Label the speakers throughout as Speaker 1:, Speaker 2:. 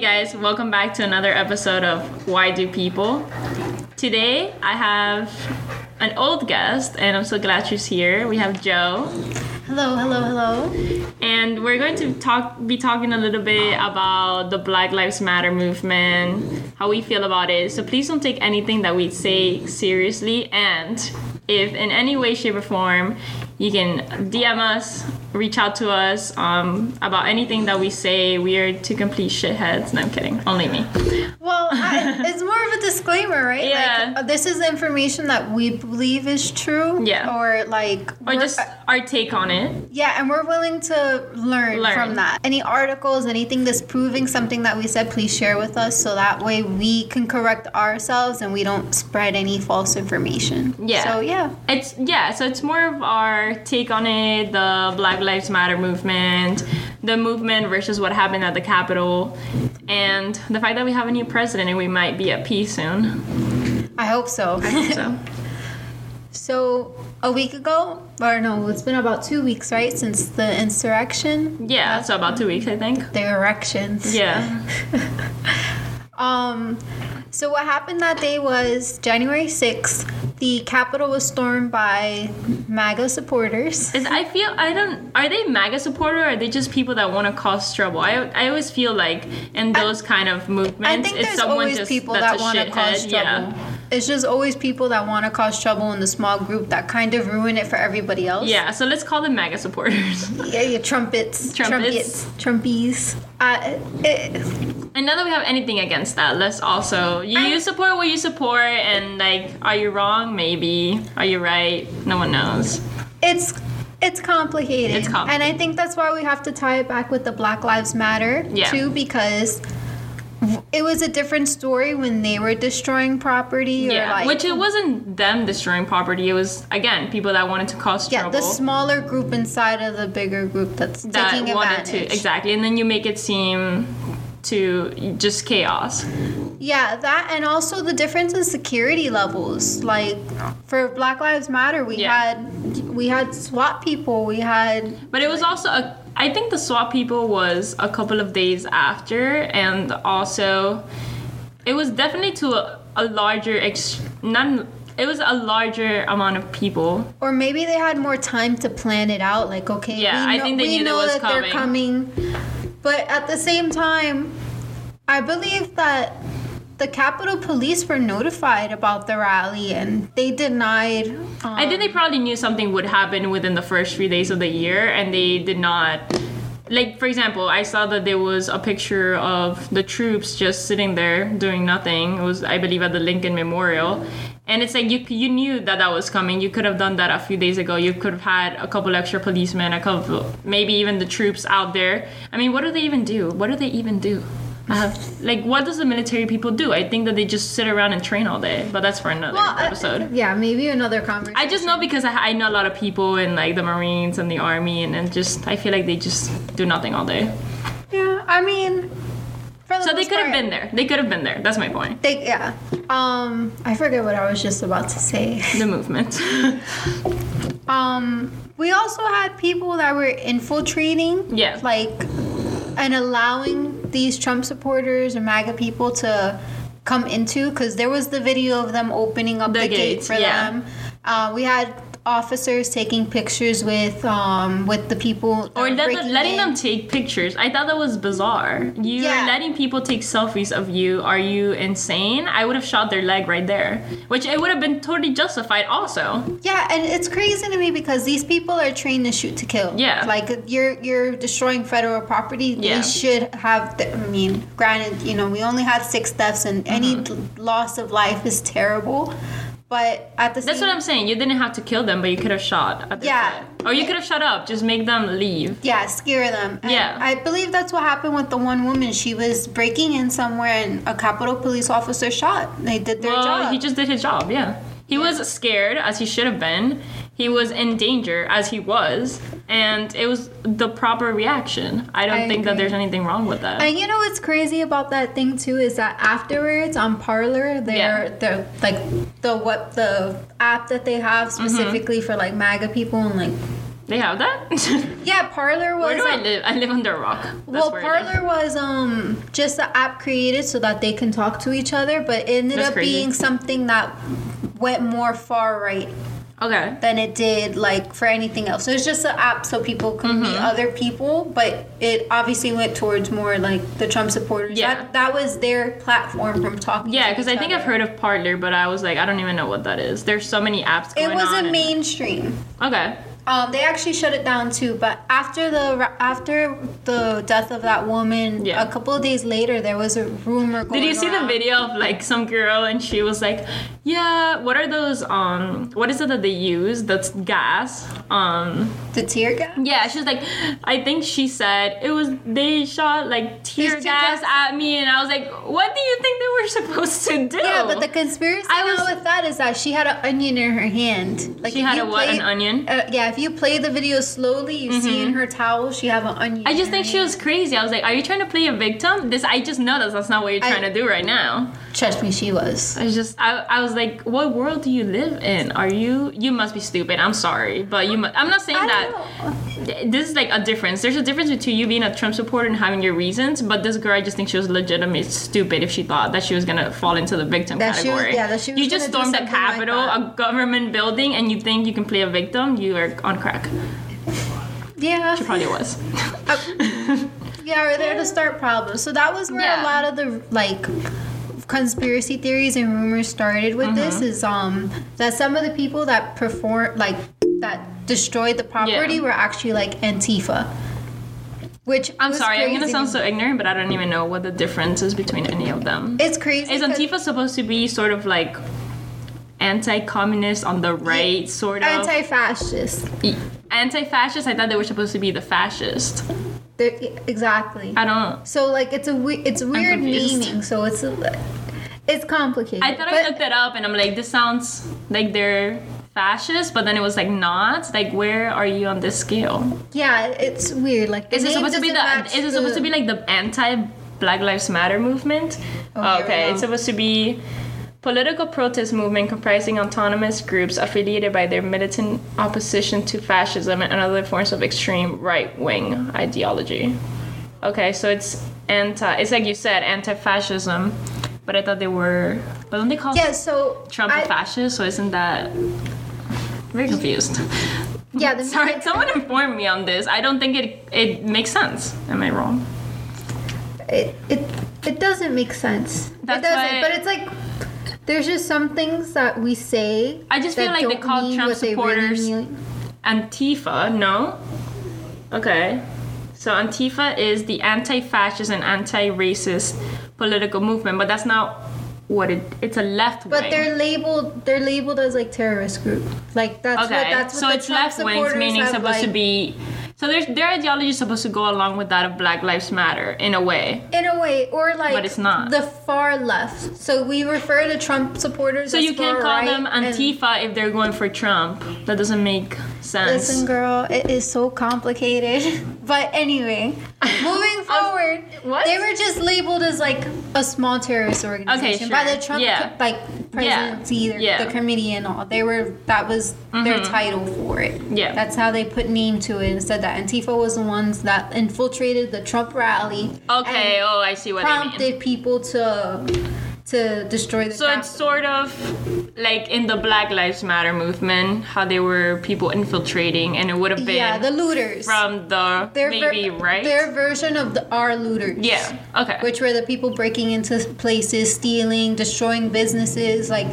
Speaker 1: guys, welcome back to another episode of Why Do People? Today I have an old guest, and I'm so glad she's here. We have Joe,
Speaker 2: Hello, hello, hello.
Speaker 1: and we're going to talk, be talking a little bit about the Black Lives Matter movement, how we feel about it. So please don't take anything that we say seriously, and if in any way, shape, or form, you can DM us, reach out to us um, about anything that we say. We are two complete shitheads. No, I'm kidding. Only me.
Speaker 2: Well, I, it's more of a disclaimer, right?
Speaker 1: Yeah.
Speaker 2: Like, uh, this is information that we believe is true.
Speaker 1: Yeah.
Speaker 2: Or like,
Speaker 1: or
Speaker 2: we're- uh,
Speaker 1: just our take on it.
Speaker 2: yeah, and we're willing to learn,
Speaker 1: Learn.
Speaker 2: from that. Any articles, anything disproving something that we said, please share with us, so that way we can correct ourselves and we don't spread any false information.
Speaker 1: Yeah.
Speaker 2: So yeah,
Speaker 1: It's yeah, so it's more of our take on it, the Black Lives Matter movement, the movement versus what happened at the Capitol, and the fact that we have a new president and we might be at peace soon.
Speaker 2: I hope so.
Speaker 1: So
Speaker 2: so a week ago, or no, it's been about two weeks, right, since the insurrection,
Speaker 1: yeah, so about two weeks I think.
Speaker 2: the erections.
Speaker 1: Yeah.
Speaker 2: Um, so what happened that day was January 6th, the Capitol was stormed by MAGA supporters.
Speaker 1: Is I feel I don't are they MAGA supporter or are they just people that want to cause trouble? I, I always feel like in those kind of movements
Speaker 2: I think there's always people that want to cause trouble. It's just always people that want to cause trouble in the small group that kind of ruin it for everybody else.
Speaker 1: Yeah, so let's call them MAGA supporters.
Speaker 2: Yeah, yeah trumpets,
Speaker 1: Trumpets.
Speaker 2: trumpies. Uh, it,
Speaker 1: And not that we have anything against that, let's also you, you support what you support, and like, are you wrong? Maybe. Are you right? No one knows.
Speaker 2: it's it's complicated.
Speaker 1: It's
Speaker 2: And
Speaker 1: complicated.
Speaker 2: I think that's why we have to tie it back with the Black Lives Matter
Speaker 1: Yeah.
Speaker 2: too, because w- it was a different story when they were destroying property or
Speaker 1: Yeah.
Speaker 2: like
Speaker 1: Which it wasn't them destroying property. It was again people that wanted to cause
Speaker 2: yeah,
Speaker 1: trouble.
Speaker 2: the smaller group inside of the bigger group that's
Speaker 1: that
Speaker 2: taking
Speaker 1: wanted
Speaker 2: advantage.
Speaker 1: to exactly, and then you make it seem to just chaos.
Speaker 2: Yeah, that and also the difference in security levels. Like for Black Lives Matter, we
Speaker 1: Yeah.
Speaker 2: had we had SWAT people, we had
Speaker 1: But it was also a. I think the swap people was a couple of days after, and also, it was definitely to a, a larger ex. Not. It was a larger amount of people.
Speaker 2: or maybe they had more time to plan it out. Like, okay,
Speaker 1: Yeah,
Speaker 2: we
Speaker 1: I
Speaker 2: know,
Speaker 1: think they
Speaker 2: we
Speaker 1: knew that
Speaker 2: know
Speaker 1: was
Speaker 2: that they're coming, but at the same time, I believe that the Capitol Police were notified about the rally and they denied. Um,
Speaker 1: I think they probably knew something would happen within the first few days of the year, and they did not. Like, for example, I saw that there was a picture of the troops just sitting there doing nothing. It was, I believe, at the Lincoln Memorial. And it's like you, you knew that that was coming. You could have done that a few days ago. You could have had a couple extra policemen, a couple, maybe even the troops out there. I mean, what do they even do? What do they even do? I
Speaker 2: Uh,
Speaker 1: have, like, what does the military people do? I think that they just sit around and train all day. But that's for another
Speaker 2: well, uh,
Speaker 1: episode.
Speaker 2: yeah, maybe another conversation.
Speaker 1: I just know because I, I know a lot of people in like the Marines and the Army, and, and just I feel like they just do nothing all day.
Speaker 2: Yeah, I mean, for the
Speaker 1: So they
Speaker 2: most
Speaker 1: could have
Speaker 2: part,
Speaker 1: been there. They could have been there. That's my point.
Speaker 2: They, yeah. Um, I forget what I was just about to say.
Speaker 1: The movement.
Speaker 2: Um, we also had people that were infiltrating.
Speaker 1: Yeah.
Speaker 2: Like, and allowing these Trump supporters or MAGA people to come into, because there was the video of them opening up
Speaker 1: The
Speaker 2: the,
Speaker 1: gates,
Speaker 2: gate for
Speaker 1: yeah.
Speaker 2: them. Uh, we had officers taking pictures with um with the people that
Speaker 1: or
Speaker 2: were
Speaker 1: let the-
Speaker 2: breaking
Speaker 1: letting
Speaker 2: in.
Speaker 1: them take pictures. I thought that was bizarre. You're
Speaker 2: Yeah.
Speaker 1: letting people take selfies of you. Are you insane? I would have shot their leg right there, which it would have been totally justified. Also,
Speaker 2: Yeah, and it's crazy to me because these people are trained to shoot to kill.
Speaker 1: Yeah.
Speaker 2: like you're you're destroying federal property.
Speaker 1: Yeah.
Speaker 2: They should have. The, I mean, granted, you know, we only had six deaths, and any
Speaker 1: Mm-hmm.
Speaker 2: loss of life is terrible. But at the
Speaker 1: that's
Speaker 2: same,
Speaker 1: what I'm saying. You didn't have to kill them, but you could have shot. At their
Speaker 2: Yeah.
Speaker 1: foot. Or you could have shut up. Just make them leave.
Speaker 2: yeah, scare them. And
Speaker 1: Yeah.
Speaker 2: I believe that's what happened with the one woman. She was breaking in somewhere, and a Capitol police officer shot. They did their
Speaker 1: well,
Speaker 2: job.
Speaker 1: he just did his job. Yeah, he was scared as he should have been. He was in danger as he was, and it was the proper reaction. I don't
Speaker 2: I
Speaker 1: think that
Speaker 2: agree.
Speaker 1: there's anything wrong with that.
Speaker 2: And you know what's crazy about that thing too is that afterwards on Parlor, they're they're like
Speaker 1: Mm-hmm.
Speaker 2: the what the app that they have specifically for like MAGA people and like
Speaker 1: They have that?
Speaker 2: Yeah, Parlor was
Speaker 1: Where do I live? I live under a rock. That's
Speaker 2: well,
Speaker 1: where it
Speaker 2: Parlor was um just an app created so that they can talk to each other, but it ended
Speaker 1: That's
Speaker 2: up
Speaker 1: crazy.
Speaker 2: being something that went more far right
Speaker 1: is. Okay.
Speaker 2: than it did like for anything else. So it's just an app so people can meet
Speaker 1: Mm-hmm.
Speaker 2: other people, but it obviously went towards more like the Trump supporters.
Speaker 1: Yeah.
Speaker 2: that, that was their platform from talking.
Speaker 1: Yeah,
Speaker 2: to
Speaker 1: because
Speaker 2: each
Speaker 1: I think I've
Speaker 2: other.
Speaker 1: heard of Parlor, but I was like, I don't even know what that is. There's so many apps going
Speaker 2: It wasn't
Speaker 1: on.
Speaker 2: mainstream.
Speaker 1: and- okay.
Speaker 2: Um, they actually shut it down too. But after the after the death of that woman,
Speaker 1: Yeah.
Speaker 2: a couple of days later, there was a rumor. Going
Speaker 1: Did you see the
Speaker 2: around.
Speaker 1: video of like some girl and she was like, "Yeah, what are those? Um, what is it that they use? That's gas. Um,
Speaker 2: The tear gas.
Speaker 1: yeah." She's like, "I think she said it was they shot like tear
Speaker 2: two
Speaker 1: gas
Speaker 2: gas-
Speaker 1: at me," and I was like, "What do you think they were supposed to do?"
Speaker 2: Yeah, but the conspiracy
Speaker 1: I
Speaker 2: I
Speaker 1: was-
Speaker 2: now with that is that she had an onion in her hand. Like
Speaker 1: She
Speaker 2: if
Speaker 1: had
Speaker 2: you
Speaker 1: a what, an onion?
Speaker 2: Uh, yeah, if you play the video slowly, you see in her towel she have an onion.
Speaker 1: Mm-hmm. I just
Speaker 2: in
Speaker 1: think
Speaker 2: her
Speaker 1: she was crazy. I was like, "Are you trying to play a victim?" This I just know that that's not what you're
Speaker 2: I-
Speaker 1: trying to do right now.
Speaker 2: hand. Trust me, she was.
Speaker 1: I was just I, I was like, "What world do you live in? Are you you must be stupid. I'm sorry, but you mu- I'm not saying
Speaker 2: I
Speaker 1: that."
Speaker 2: don't know.
Speaker 1: this is like a difference. There's a difference between you being a Trump supporter and having your reasons, but this girl, I just think she was legitimately stupid if she thought that she was gonna fall into the victim
Speaker 2: That she was-
Speaker 1: category.
Speaker 2: yeah, that she was
Speaker 1: you just
Speaker 2: gonna do
Speaker 1: stormed the
Speaker 2: something like
Speaker 1: Capitol,
Speaker 2: that.
Speaker 1: a government building, and you think you can play a victim, you are on crack.
Speaker 2: Yeah.
Speaker 1: She probably was.
Speaker 2: Yeah, we're there to start problems. So that was where
Speaker 1: Yeah.
Speaker 2: a lot of the like conspiracy theories and rumors started with
Speaker 1: Mm-hmm.
Speaker 2: this is um that some of the people that perform like that destroyed the property
Speaker 1: Yeah.
Speaker 2: were actually like Antifa. Which
Speaker 1: I'm
Speaker 2: was
Speaker 1: sorry, I'm gonna
Speaker 2: crazy.
Speaker 1: sound so ignorant, but I don't even know what the difference is between any of them.
Speaker 2: It's crazy.
Speaker 1: Is
Speaker 2: 'cause-
Speaker 1: Antifa supposed to be sort of like anti-communist on the right, sort of
Speaker 2: anti-fascist?
Speaker 1: anti-fascist? I thought they were supposed to be the fascist.
Speaker 2: They're, e, exactly.
Speaker 1: I don't.
Speaker 2: So like it's a we- it's weird
Speaker 1: confused.
Speaker 2: naming. So it's a, it's complicated.
Speaker 1: I thought I
Speaker 2: but-
Speaker 1: looked it up and I'm like, this sounds like they're fascist, but then it was like not. Like, where are you on this scale?
Speaker 2: yeah, it's weird. Like the
Speaker 1: Is it
Speaker 2: name
Speaker 1: supposed to be
Speaker 2: doesn't
Speaker 1: the?
Speaker 2: match
Speaker 1: Is it supposed to
Speaker 2: the-
Speaker 1: be like the anti Black Lives Matter movement?
Speaker 2: Oh, here we
Speaker 1: okay,
Speaker 2: go.
Speaker 1: it's supposed to be political protest movement comprising autonomous groups affiliated by their militant opposition to fascism and other forms of extreme right wing ideology. Okay, so it's anti. It's like you said, anti-fascism. But I thought they were. But don't they call
Speaker 2: Yeah, so
Speaker 1: Trump
Speaker 2: I-
Speaker 1: a fascist, so isn't that very confused?
Speaker 2: Yeah, the
Speaker 1: Sorry, someone informed me on this. I don't think it it makes sense. Am I wrong?
Speaker 2: it it it doesn't make sense.
Speaker 1: That's
Speaker 2: it doesn't,
Speaker 1: why-
Speaker 2: but it's like there's just some things that we say.
Speaker 1: I just feel
Speaker 2: that
Speaker 1: like they
Speaker 2: don't
Speaker 1: call
Speaker 2: mean
Speaker 1: Trump
Speaker 2: what they really
Speaker 1: supporters-
Speaker 2: mean.
Speaker 1: Antifa, no. Okay. So Antifa is the anti-fascist and anti-racist political movement, but that's not what it it's a left
Speaker 2: But
Speaker 1: wing.
Speaker 2: they're labeled they're labeled as like terrorist group. Like that's
Speaker 1: okay.
Speaker 2: what that's what
Speaker 1: so
Speaker 2: the
Speaker 1: it's
Speaker 2: Trump
Speaker 1: left wings
Speaker 2: supporters
Speaker 1: meaning
Speaker 2: have,
Speaker 1: supposed
Speaker 2: like,
Speaker 1: to be so there's, their ideology is supposed to go along with that of Black Lives Matter in a way.
Speaker 2: in a way or like
Speaker 1: But it's not.
Speaker 2: the far left. So we refer to Trump supporters
Speaker 1: So
Speaker 2: as
Speaker 1: you can't
Speaker 2: far
Speaker 1: call
Speaker 2: right
Speaker 1: them
Speaker 2: and-
Speaker 1: Antifa if they're going for Trump. That doesn't make sense.
Speaker 2: Listen, girl, it is so complicated. But anyway, moving forward,
Speaker 1: what?
Speaker 2: they were just labeled as like a small terrorist organization by
Speaker 1: sure.
Speaker 2: the Trump
Speaker 1: Yeah.
Speaker 2: like presidency, the-
Speaker 1: Yeah. Mm-hmm.
Speaker 2: the committee, and all. They were that was their title for it.
Speaker 1: Yeah.
Speaker 2: that's how they put name to it and said that Antifa was the ones that infiltrated the Trump rally.
Speaker 1: okay,
Speaker 2: and
Speaker 1: oh, I see what I mean.
Speaker 2: prompted people to to destroy the.
Speaker 1: So it's
Speaker 2: Capitol.
Speaker 1: sort of like in the Black Lives Matter movement, how they were people infiltrating, and it would have been
Speaker 2: yeah, the looters.
Speaker 1: from the
Speaker 2: Their ver-
Speaker 1: maybe right.
Speaker 2: Their version of the our looters.
Speaker 1: yeah. Okay.
Speaker 2: which were the people breaking into places, stealing, destroying businesses. Like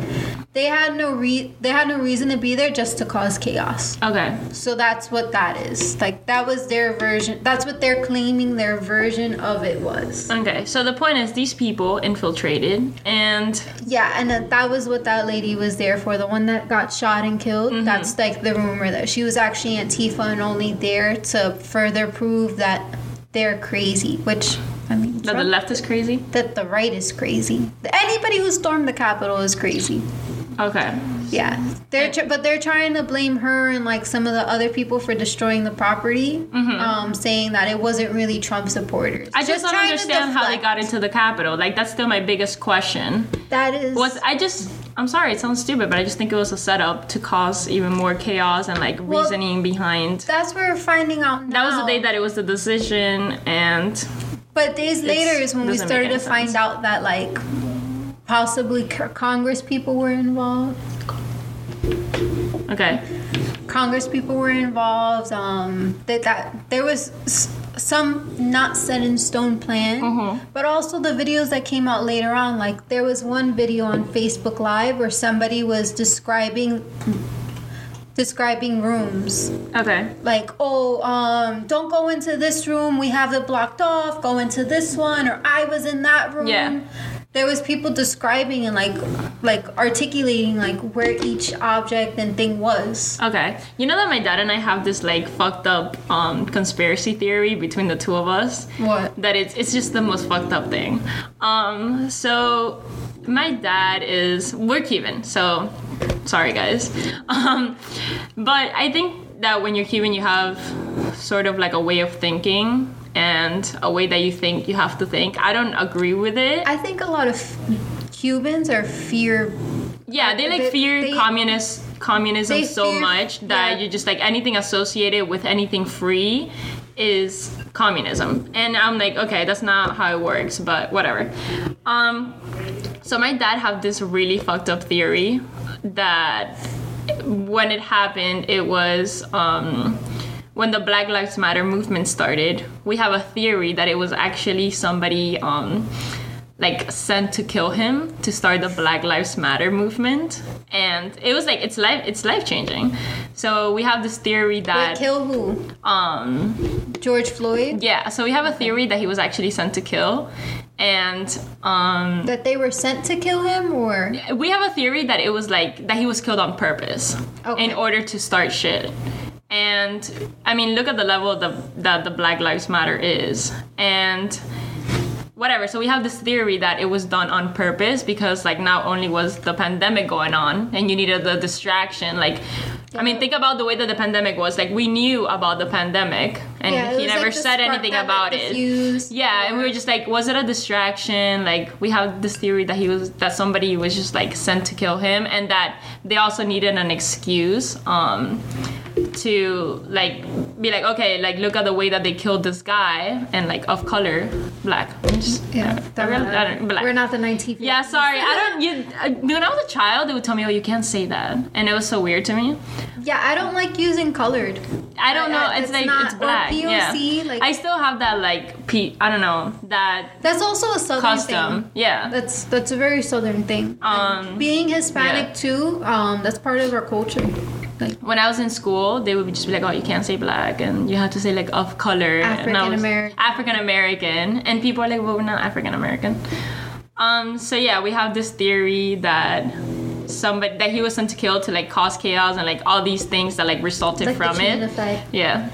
Speaker 2: they had no re- they had no reason to be there just to cause chaos.
Speaker 1: okay.
Speaker 2: So that's what that is. Like that was their version. That's what they're claiming their version of it was.
Speaker 1: Okay. So the point is, these people infiltrated, and
Speaker 2: Yeah, and that, that was what that lady was there for. The one that got shot and killed.
Speaker 1: Mm-hmm.
Speaker 2: That's like the rumor that she was actually Antifa and only there to further prove that they're crazy. Which I mean,
Speaker 1: that the
Speaker 2: Trump-
Speaker 1: left is crazy.
Speaker 2: that the right is crazy. Anybody who stormed the Capitol is crazy.
Speaker 1: Okay.
Speaker 2: Yeah, they're tr- but they're trying to blame her and like some of the other people for destroying the property, um, saying that it wasn't really Trump supporters.
Speaker 1: Mm-hmm. I just, don't
Speaker 2: trying to
Speaker 1: understand how they
Speaker 2: deflect.
Speaker 1: got into the Capitol. Like that's still my biggest question.
Speaker 2: That is
Speaker 1: Was I just I'm sorry, it sounds stupid, but I just think it was a setup to cause even more chaos and like
Speaker 2: Well,
Speaker 1: reasoning behind.
Speaker 2: That's what we're finding out now.
Speaker 1: that was the day that it was the decision, and
Speaker 2: But days later is when we
Speaker 1: doesn't make
Speaker 2: started to
Speaker 1: any
Speaker 2: find
Speaker 1: sense.
Speaker 2: out that like possibly c- Congress people were involved.
Speaker 1: okay,
Speaker 2: Congress people were involved. Um, that that there was s- some not set in stone plan,
Speaker 1: Mm-hmm.
Speaker 2: but also the videos that came out later on. Like there was one video on Facebook Live where somebody was describing describing rooms
Speaker 1: okay,
Speaker 2: like oh um don't go into this room we have it blocked off go into this one or i was in that room
Speaker 1: Yeah.
Speaker 2: there was people describing and like like articulating like where each object and thing was
Speaker 1: okay. You know that my dad and I have this like fucked up um, conspiracy theory between the two of us.
Speaker 2: what
Speaker 1: that it's it's just the most fucked up thing. Um, so my dad is we're Cuban, so sorry guys. Um, but I think that when you're Cuban, you have sort of like a way of thinking and a way that you think you have to think. I don't agree with it.
Speaker 2: i think a lot of cubans are fear
Speaker 1: Yeah, they like
Speaker 2: They-
Speaker 1: fear
Speaker 2: they-
Speaker 1: communist communism
Speaker 2: they
Speaker 1: so
Speaker 2: fear-
Speaker 1: much that
Speaker 2: yeah.
Speaker 1: you just like anything associated with anything free is communism. And I'm like, okay, that's not how it works, but whatever. Um so my dad had this really fucked up theory that when it happened, it was um when the Black Lives Matter movement started, we have a theory that it was actually somebody um, like sent to kill him to start the Black Lives Matter movement, and it was like it's life it's life changing. So we have this theory
Speaker 2: Wait,
Speaker 1: that
Speaker 2: kill who
Speaker 1: um,
Speaker 2: george floyd
Speaker 1: yeah, so we have a theory that he was actually sent to kill, and um,
Speaker 2: that they were sent to kill him or
Speaker 1: we have a theory that it was like that he was killed on purpose
Speaker 2: Okay.
Speaker 1: in order to start shit and i mean look at the level the, that the black lives matter is and whatever so we have this theory that it was done on purpose because like not only was the pandemic going on and you needed the distraction like I mean, think about the way that the pandemic was. Like, we knew about the pandemic, and
Speaker 2: Yeah, it
Speaker 1: he
Speaker 2: was
Speaker 1: never
Speaker 2: like the
Speaker 1: said
Speaker 2: spark
Speaker 1: anything
Speaker 2: that
Speaker 1: about
Speaker 2: lit the
Speaker 1: it.
Speaker 2: fuse
Speaker 1: Yeah, and we
Speaker 2: or-
Speaker 1: were just like, was it a distraction? Like we have this theory that he was that somebody was just like sent to kill him, and that they also needed an excuse um, to like be like, okay, like look at the way that they killed this guy and like of color, black. Just-
Speaker 2: yeah,
Speaker 1: I
Speaker 2: don't
Speaker 1: really-
Speaker 2: matter.
Speaker 1: I don't- black.
Speaker 2: we're not the 19th
Speaker 1: Yeah, sorry. I don't. You, I, when I was a child, they would tell me, "Oh, you can't say that," and it was so weird to me.
Speaker 2: yeah i don't like using colored
Speaker 1: I don't know.
Speaker 2: I- I-
Speaker 1: it's
Speaker 2: it's
Speaker 1: like
Speaker 2: not-
Speaker 1: it's
Speaker 2: or
Speaker 1: black.
Speaker 2: POC,
Speaker 1: yeah.
Speaker 2: like-
Speaker 1: I still have that like P. I don't know that
Speaker 2: that's also a southern thing
Speaker 1: custom. Yeah.
Speaker 2: That's that's a very southern thing.
Speaker 1: Um,
Speaker 2: Being Hispanic
Speaker 1: yeah.
Speaker 2: too, um, that's part of our culture. Like
Speaker 1: when I was in school, they would just be like, "Oh, you can't say black, and you have to say like of color."
Speaker 2: African-American.
Speaker 1: African American, and people are like, "Well, we're not African American." Um. So yeah, we have this theory that somebody that he was sent to kill to like cause chaos and like all these things that like resulted
Speaker 2: like the
Speaker 1: from
Speaker 2: chain
Speaker 1: it.
Speaker 2: effect.
Speaker 1: Yeah.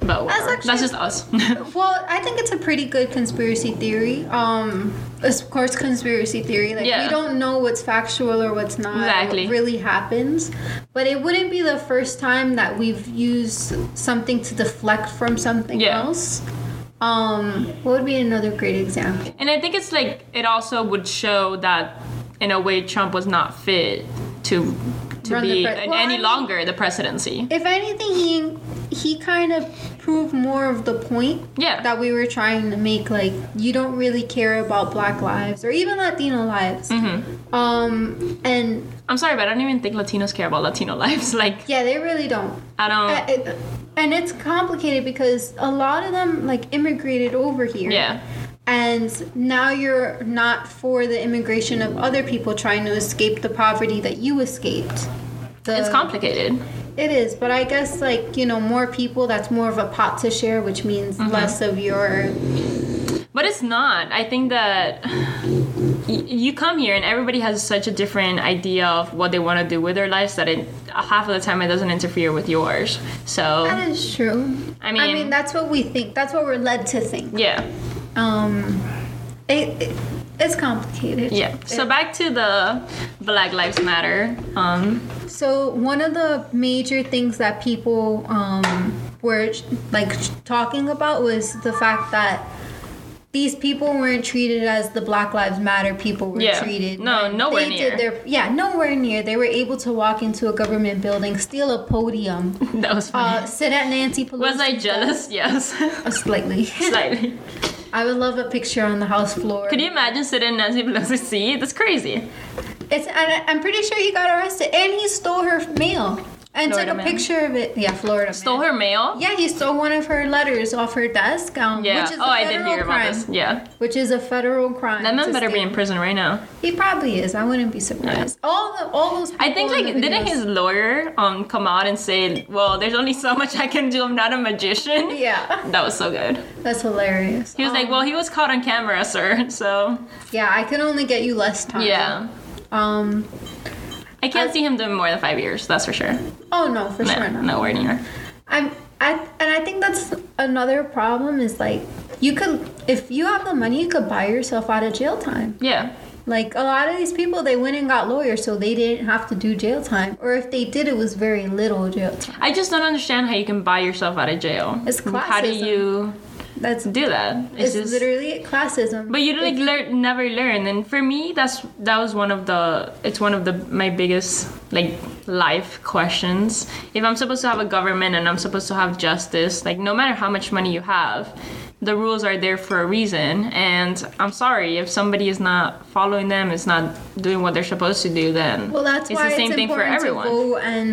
Speaker 1: But whatever. that's,
Speaker 2: actually-
Speaker 1: just us.
Speaker 2: Well, I think it's a pretty good conspiracy theory. Um, it's, of course, conspiracy theory. Like
Speaker 1: Yeah.
Speaker 2: we don't know what's factual or what's not. or
Speaker 1: Exactly.
Speaker 2: What really happens, but it wouldn't be the first time that we've used something to deflect from something
Speaker 1: Yeah.
Speaker 2: else. Um, what would be another great example?
Speaker 1: and I think it's like it also would show that in a way Trump was not fit to to
Speaker 2: Run the
Speaker 1: be
Speaker 2: pres-
Speaker 1: an-
Speaker 2: Well, I
Speaker 1: any
Speaker 2: mean-
Speaker 1: longer the presidency.
Speaker 2: if anything he he kind of proved more of the point
Speaker 1: Yeah.
Speaker 2: that we were trying to make like you don't really care about black lives or even latino lives
Speaker 1: Mm-hmm.
Speaker 2: um and
Speaker 1: I'm sorry, but I don't even think Latinos care about Latino lives. Like,
Speaker 2: yeah they really don't
Speaker 1: I
Speaker 2: Uh,
Speaker 1: don't.
Speaker 2: it- and it's complicated because a lot of them like immigrated over here
Speaker 1: Yeah.
Speaker 2: and now you're not for the immigration of other people trying to escape the poverty that you escaped The-
Speaker 1: It's complicated.
Speaker 2: It is, but I guess like you know more people. That's more of a pot to share, which means
Speaker 1: Mm-hmm.
Speaker 2: less of your.
Speaker 1: But it's not. I think that y- you come here and everybody has such a different idea of what they want to do with their lives that it half of the time it doesn't interfere with yours. So,
Speaker 2: That is true.
Speaker 1: I
Speaker 2: I
Speaker 1: mean,
Speaker 2: mean, that's what we think. That's what we're led to think.
Speaker 1: yeah.
Speaker 2: Um, it, it it's complicated.
Speaker 1: Yeah. So back to the Black Lives Matter. Um,
Speaker 2: So one of the major things that people um, were like talking about was the fact that these people weren't treated as the Black Lives Matter people were
Speaker 1: Yeah.
Speaker 2: treated.
Speaker 1: No,
Speaker 2: Like,
Speaker 1: nowhere
Speaker 2: they
Speaker 1: near.
Speaker 2: Did their, yeah, nowhere near. They were able to walk into a government building, steal a podium,
Speaker 1: That was funny.
Speaker 2: uh, sit at Nancy Pelosi.
Speaker 1: was I jealous? Yes,
Speaker 2: Uh, slightly.
Speaker 1: slightly.
Speaker 2: I would love a picture on the House floor.
Speaker 1: Could you imagine sitting in Nancy Pelosi's seat? That's crazy.
Speaker 2: It's. And I- I'm pretty sure he got arrested, and he stole her mail and
Speaker 1: Florida
Speaker 2: took a
Speaker 1: man.
Speaker 2: picture of it. Yeah, Florida.
Speaker 1: Stole
Speaker 2: man.
Speaker 1: her mail.
Speaker 2: Yeah, he stole one of her letters off her desk. Um,
Speaker 1: Yeah.
Speaker 2: Which is a
Speaker 1: oh, I
Speaker 2: federal
Speaker 1: did hear about
Speaker 2: crime,
Speaker 1: this. Yeah.
Speaker 2: Which is a federal crime.
Speaker 1: That man
Speaker 2: to
Speaker 1: better be
Speaker 2: steal.
Speaker 1: in prison right now.
Speaker 2: He probably is. I wouldn't be surprised. All the, all those. People
Speaker 1: I think
Speaker 2: in
Speaker 1: like
Speaker 2: the
Speaker 1: didn't
Speaker 2: videos-
Speaker 1: his lawyer um come out and say, "Well, there's only so much I can do. I'm not a magician."
Speaker 2: Yeah,
Speaker 1: That was so good.
Speaker 2: that's hilarious.
Speaker 1: He was like,
Speaker 2: Um,
Speaker 1: "Well, he was caught on camera, sir." So
Speaker 2: yeah, I can only get you less time.
Speaker 1: yeah,
Speaker 2: Um.
Speaker 1: I can't see him doing more than five years. That's for sure.
Speaker 2: Oh no, for sure
Speaker 1: no,
Speaker 2: not.
Speaker 1: nowhere near.
Speaker 2: I'm. I and I think that's another problem is like you could if you have the money you could buy yourself out of jail time.
Speaker 1: Yeah,
Speaker 2: Like a lot of these people, they went and got lawyers, so they didn't have to do jail time, or if they did, it was very little jail time.
Speaker 1: I just don't understand how you can buy yourself out of jail.
Speaker 2: It's
Speaker 1: How do
Speaker 2: classism.
Speaker 1: you
Speaker 2: That's
Speaker 1: do that?
Speaker 2: it's,
Speaker 1: just-
Speaker 2: literally classism.
Speaker 1: But you like learn, never learn, and for me, that's that was one of the it's one of the my biggest like life questions. If I'm supposed to have a government and I'm supposed to have justice, like no matter how much money you have, the rules are there for a reason. And I'm sorry if somebody is not following them, is not doing what they're supposed to do. Then
Speaker 2: Well, that's
Speaker 1: it's
Speaker 2: why
Speaker 1: the same
Speaker 2: it's
Speaker 1: thing for
Speaker 2: important
Speaker 1: everyone.
Speaker 2: to go and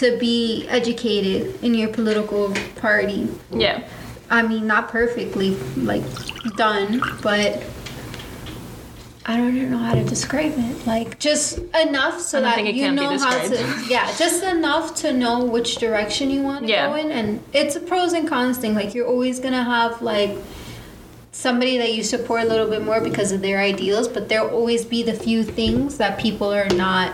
Speaker 2: to be educated in your political party.
Speaker 1: Yeah,
Speaker 2: I mean, not perfectly like done, but I don't even know how to describe it. Like just enough so
Speaker 1: I don't
Speaker 2: that
Speaker 1: think it
Speaker 2: you
Speaker 1: can be
Speaker 2: know how to.
Speaker 1: described.
Speaker 2: Yeah, just enough to know which direction you want to
Speaker 1: Yeah.
Speaker 2: go in, and it's a pros and cons thing. Like you're always gonna have like. Somebody that you support a little bit more because of their ideals, but there'll always be the few things that people are not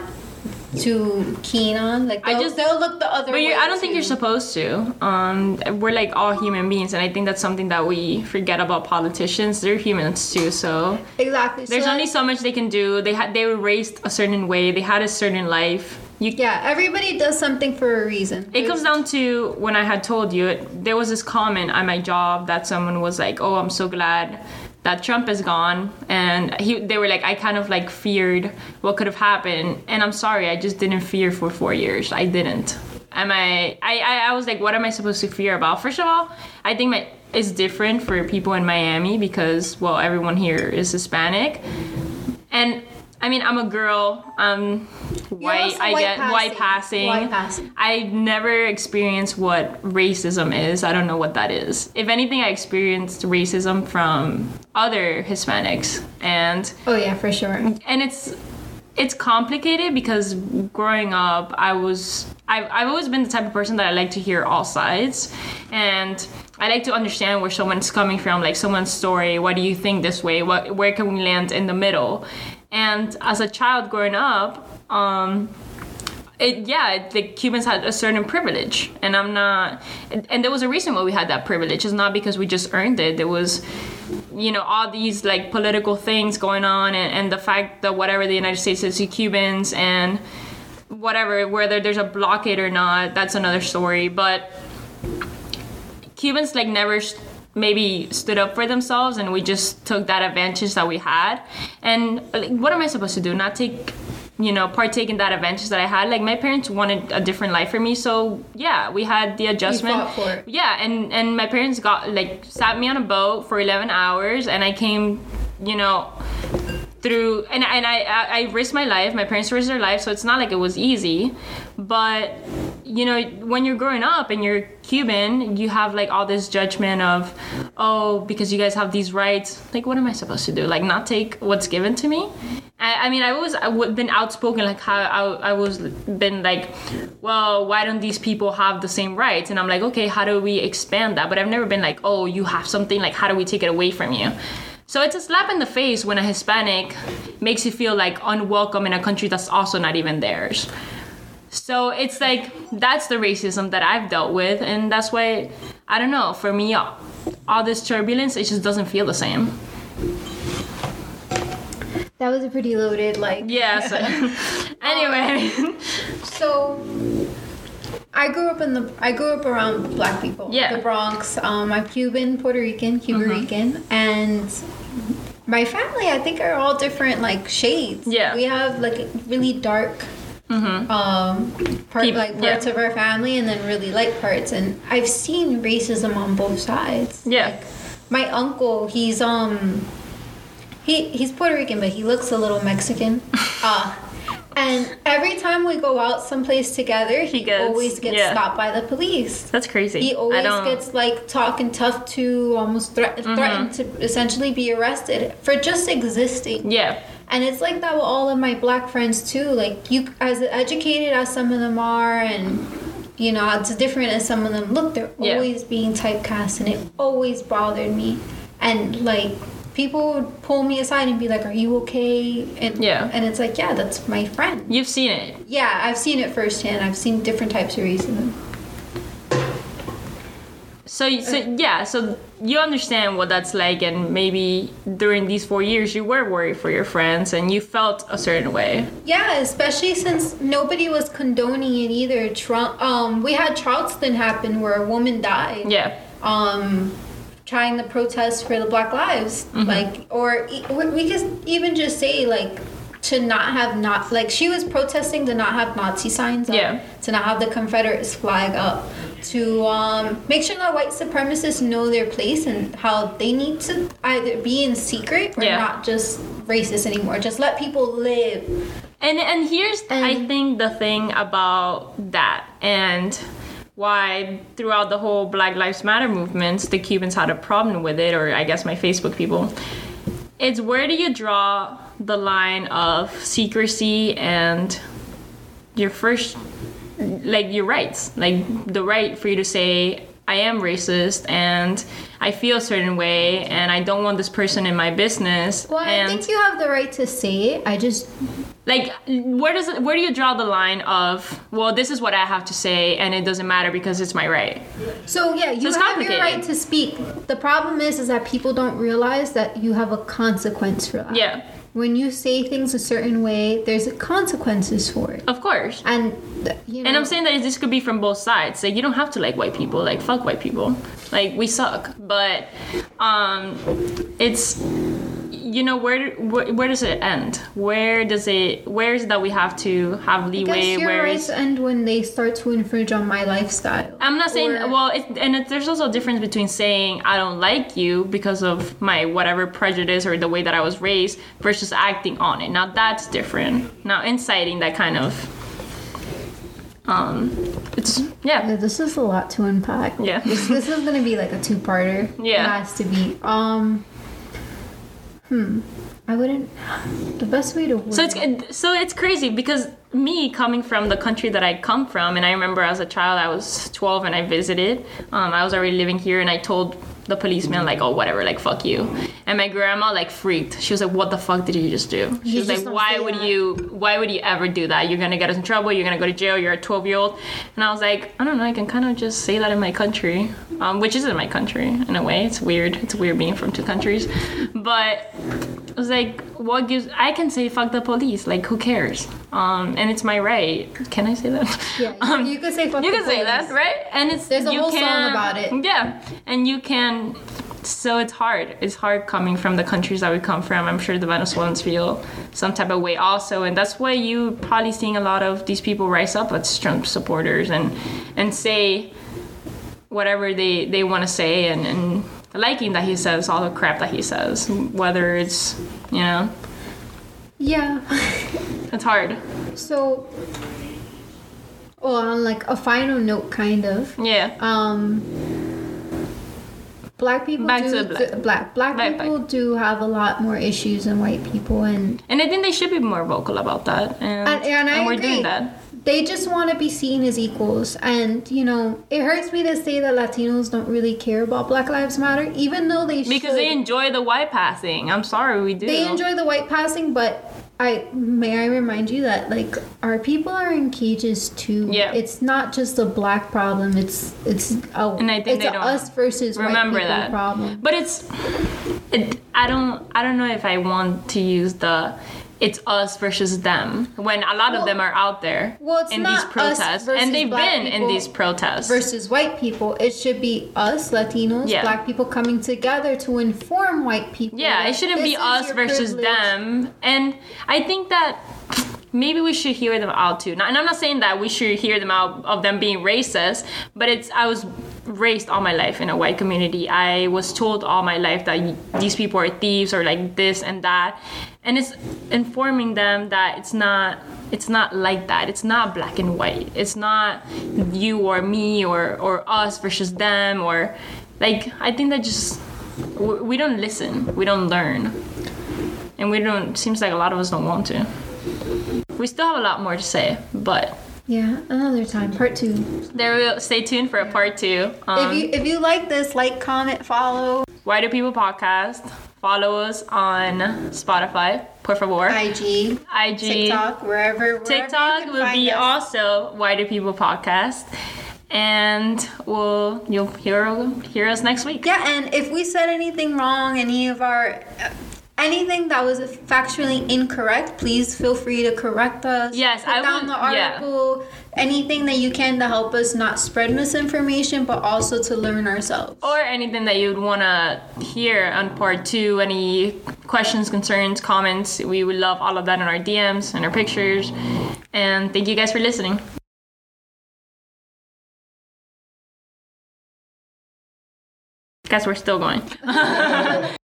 Speaker 2: too keen on. Like
Speaker 1: I
Speaker 2: they'll,
Speaker 1: just-
Speaker 2: they'll look the other
Speaker 1: But
Speaker 2: way.
Speaker 1: you I don't think
Speaker 2: too.
Speaker 1: you're supposed to. Um, we're like all human beings, and I think that's something that we forget about politicians. They're humans too, so
Speaker 2: exactly.
Speaker 1: there's
Speaker 2: so
Speaker 1: only so much they can do. They had they were raised a certain way. They had a certain life. You
Speaker 2: Yeah, everybody does something for a reason.
Speaker 1: it comes down to when I had told you it, there was this comment at my job that someone was like, "Oh, I'm so glad that Trump is gone," and he they were like, "I kind of like feared what could have happened," and I'm sorry, I just didn't fear for four years. I didn't. Am I? I I I was like, what am I supposed to fear about? First of all, I think my it's different for people in Miami because well, everyone here is Hispanic, and. I mean, I'm a girl. I'm white.
Speaker 2: also
Speaker 1: I
Speaker 2: white
Speaker 1: get white
Speaker 2: passing.
Speaker 1: passing.
Speaker 2: White passing.
Speaker 1: I never experienced what racism is. I don't know what that is. If anything, I experienced racism from other Hispanics, and
Speaker 2: Oh yeah, for sure.
Speaker 1: and it's it's complicated because growing up, I was I've I've always been the type of person that I like to hear all sides, and I like to understand where someone's coming from, like someone's story. Why do you think this way? What where can we land in the middle? And as a child growing up, um, it, yeah, it- the Cubans had a certain privilege, and I'm not. And, and there was a reason why we had that privilege. It's not because we just earned it. There was, you know, all these like political things going on, and, and the fact that whatever the United States is to Cubans and whatever, whether there's a blockade or not, that's another story. But Cubans like never s maybe stood up for themselves, and we just took that advantage that we had. And like, what am I supposed to do? Not take, you know, partake in that advantage that I had. Like my parents wanted a different life for me, so yeah, we had the adjustment.
Speaker 2: for it.
Speaker 1: Yeah, and and my parents got like sat me on a boat for 11 hours, and I came, you know through and, and I, I i risked my life my parents risked their life so it's not like it was easy but you know when you're growing up and you're cuban you have like all this judgment of oh because you guys have these rights like what am i supposed to do like not take what's given to me i, I mean i was i would been outspoken like how I, I was been like well why don't these people have the same rights and i'm like okay how do we expand that but i've never been like oh you have something like how do we take it away from you so it's a slap in the face when a Hispanic makes you feel like unwelcome in a country that's also not even theirs. So it's like that's the racism that I've dealt with, and that's why I don't know. For me, all, all this turbulence, it just doesn't feel the same.
Speaker 2: That was a pretty loaded like.
Speaker 1: Yeah. So, anyway,
Speaker 2: So, I grew up in the I grew up around black people.
Speaker 1: Yeah. Uh-huh.
Speaker 2: The Bronx. Um, I'm Cuban, Puerto Rican, Cuban Rican, and my family I think are all different like shades.
Speaker 1: Yeah.
Speaker 2: We have like really dark um part
Speaker 1: Peop-
Speaker 2: like
Speaker 1: yeah.
Speaker 2: parts of our family and then really light parts and I've seen racism on both sides.
Speaker 1: Yeah.
Speaker 2: My uncle, he's um he he's Puerto Rican, but he looks a little Mexican. Uh, and every time we go out someplace together, he,
Speaker 1: gets-
Speaker 2: always gets
Speaker 1: yeah.
Speaker 2: stopped by the police.
Speaker 1: That's crazy.
Speaker 2: He
Speaker 1: I
Speaker 2: always
Speaker 1: don't,
Speaker 2: gets like talking tough to, almost threat- threatened
Speaker 1: Mm-hmm.
Speaker 2: to essentially be arrested for just existing.
Speaker 1: Yeah.
Speaker 2: And it's like that with all of my black friends too. Like you, as educated as some of them are, and you know, as different as some of them look, they're
Speaker 1: Yeah.
Speaker 2: always being typecast, and it always bothered me. And like people would pull me aside and be like, "Are you okay?" And
Speaker 1: Yeah.
Speaker 2: and it's like, yeah, that's my friend.
Speaker 1: You've seen it.
Speaker 2: Yeah, I've seen it firsthand. I've seen different types of racism.
Speaker 1: So, so
Speaker 2: Uh-huh.
Speaker 1: yeah, so you understand what that's like, and maybe during these four years you were worried for your friends and you felt a certain way.
Speaker 2: Yeah, especially since nobody was condoning it either. Trump, um, we had Charleston happen where a woman died.
Speaker 1: Yeah,
Speaker 2: um, trying to protest for the Black Lives,
Speaker 1: Mm-hmm.
Speaker 2: like, or e- we we could even just say like to not have not like she was protesting to not have Nazi signs up,
Speaker 1: Yeah.
Speaker 2: to not have the Confederate flag up, to um, make sure that white supremacists know their place and how they need to either be in secret or
Speaker 1: Yeah.
Speaker 2: not just racist anymore. Just let people live.
Speaker 1: and and here's I
Speaker 2: And-
Speaker 1: think the thing about that and why throughout the whole Black Lives Matter movement the Cubans had a problem with it, or I guess my Facebook people. It's where do you draw the line of secrecy and your first like your rights like the right for you to say i am racist and i feel a certain way and i don't want this person in my business
Speaker 2: Well,
Speaker 1: and
Speaker 2: I think you have the right to say it. I just
Speaker 1: like where does it, where do you draw the line of well this is what i have to say and it doesn't matter because it's my right
Speaker 2: So yeah, you
Speaker 1: it's
Speaker 2: have your
Speaker 1: complicated.
Speaker 2: right to speak. The problem is, is that people don't realize that you have a consequence for that.
Speaker 1: yeah
Speaker 2: When you say things a certain way, there's consequences for it,
Speaker 1: of course
Speaker 2: and th- you know.
Speaker 1: and i'm saying that this could be from both sides like you don't have to like white people like fuck white people like we suck but um it's you know where, where where does it end where does it where is it that we have to have
Speaker 2: I guess
Speaker 1: leeway
Speaker 2: your
Speaker 1: where
Speaker 2: rights
Speaker 1: is
Speaker 2: end when they start to infringe on my lifestyle.
Speaker 1: I'm not saying
Speaker 2: Or-
Speaker 1: well, it, and it, there's also a difference between saying I don't like you because of my whatever prejudice or the way that I was raised versus acting on it. Now that's different. Now inciting that kind of, um, it's yeah,
Speaker 2: uh, This is a lot to unpack.
Speaker 1: Yeah.
Speaker 2: This, this is gonna be like a two-parter.
Speaker 1: Yeah.
Speaker 2: It has to be. Um. Hmm. I wouldn't. The best way to. Word
Speaker 1: So it's so it's crazy because me coming from the country that I come from, and I remember as a child I was 12 and I visited. Um, I was already living here, and I told the policeman like, "Oh, whatever, like fuck you." And my grandma like freaked. She was like, "What the fuck did you just do?" She
Speaker 2: You just
Speaker 1: was like,
Speaker 2: don't
Speaker 1: "Why
Speaker 2: say
Speaker 1: would
Speaker 2: that."
Speaker 1: you? Why would you ever do that? You're gonna get us in trouble. You're gonna go to jail. You're a 12 year old." And I was like, "I don't know. I can kind of just say that in my country, um, which isn't my country in a way. It's weird. It's weird being from two countries, but." I was like, what gives? I can say fuck the police. Like, who cares? Um, and it's my right. Can I say that?
Speaker 2: Yeah. You,
Speaker 1: Um,
Speaker 2: you could say. Fuck
Speaker 1: you
Speaker 2: the
Speaker 1: can say
Speaker 2: police.
Speaker 1: that, right? And it's
Speaker 2: There's a
Speaker 1: you
Speaker 2: whole song
Speaker 1: can-
Speaker 2: about it.
Speaker 1: Yeah, and you can. So it's hard. It's hard coming from the countries that we come from. I'm sure the Venezuelans feel some type of way also, and that's why you probably seeing a lot of these people rise up as Trump supporters and and say whatever they they want to say and and liking that he says all the crap that he says, whether it's you know
Speaker 2: Yeah.
Speaker 1: it's hard.
Speaker 2: So, well, on like a final note, kind of.
Speaker 1: Yeah.
Speaker 2: Um, black people
Speaker 1: Back
Speaker 2: do
Speaker 1: to black.
Speaker 2: th- black black
Speaker 1: Right,
Speaker 2: people do have a lot more issues than white people, and
Speaker 1: And I think they should be more vocal about that. And,
Speaker 2: and, and I
Speaker 1: we're
Speaker 2: agree.
Speaker 1: doing that.
Speaker 2: They just want to be seen as equals, and you know it hurts me to say that Latinos don't really care about Black Lives Matter, even though they
Speaker 1: Because
Speaker 2: should.
Speaker 1: they enjoy the white passing. I'm sorry, we do.
Speaker 2: they enjoy the white passing, but I may I remind you that like our people are in cages too.
Speaker 1: Yeah.
Speaker 2: it's not just a black problem. It's it's a
Speaker 1: And I
Speaker 2: it's
Speaker 1: think they
Speaker 2: a
Speaker 1: don't
Speaker 2: us versus
Speaker 1: remember
Speaker 2: white people
Speaker 1: that.
Speaker 2: problem.
Speaker 1: But it's, it, I don't, I don't know if I want to use the. it's us versus them when a lot
Speaker 2: Well-
Speaker 1: of them are out there
Speaker 2: well, it's
Speaker 1: in
Speaker 2: not
Speaker 1: these
Speaker 2: us
Speaker 1: protests
Speaker 2: versus
Speaker 1: and they've
Speaker 2: black
Speaker 1: been in
Speaker 2: people
Speaker 1: these protests
Speaker 2: versus white people. It should be us, Latinos,
Speaker 1: Yeah.
Speaker 2: black people coming together to inform white people.
Speaker 1: Yeah, it
Speaker 2: that
Speaker 1: shouldn't
Speaker 2: this
Speaker 1: be
Speaker 2: is
Speaker 1: us
Speaker 2: your
Speaker 1: versus
Speaker 2: privilege.
Speaker 1: them. And I think that maybe we should hear them out too. Now- And I'm not saying that we should hear them out of them being racist, but it's I was raised all my life in a white community. I was told all my life that you- these people are thieves or like this and that. And it's informing them that it's not it's not like that. It's not black and white. It's not you or me or or us versus them or like I think that just w- we don't listen we don't learn and we don't seems like a lot of us don't want to we still have a lot more to say but
Speaker 2: Yeah, another time, part two.
Speaker 1: there will stay tuned for a part two um,
Speaker 2: if you if you like this, like, comment, follow,
Speaker 1: why do people podcast follow us on spotify por favor
Speaker 2: IG,
Speaker 1: ig
Speaker 2: TikTok, wherever. wherever you
Speaker 1: TikTok
Speaker 2: can
Speaker 1: will
Speaker 2: find
Speaker 1: be
Speaker 2: us.
Speaker 1: also why do people podcast and we'll you'll hear hear us next week
Speaker 2: Yeah, and if we said anything wrong, any of our uh, anything that was factually incorrect, please feel free to correct us.
Speaker 1: Yes,
Speaker 2: put
Speaker 1: I
Speaker 2: down
Speaker 1: would-
Speaker 2: the
Speaker 1: yeah.
Speaker 2: article. Anything that you can to help us not spread misinformation, but also to learn ourselves.
Speaker 1: or anything that you'd want to hear on part two any questions concerns comments we would love all of that in our dms and our pictures and thank you guys for listening guess we're still going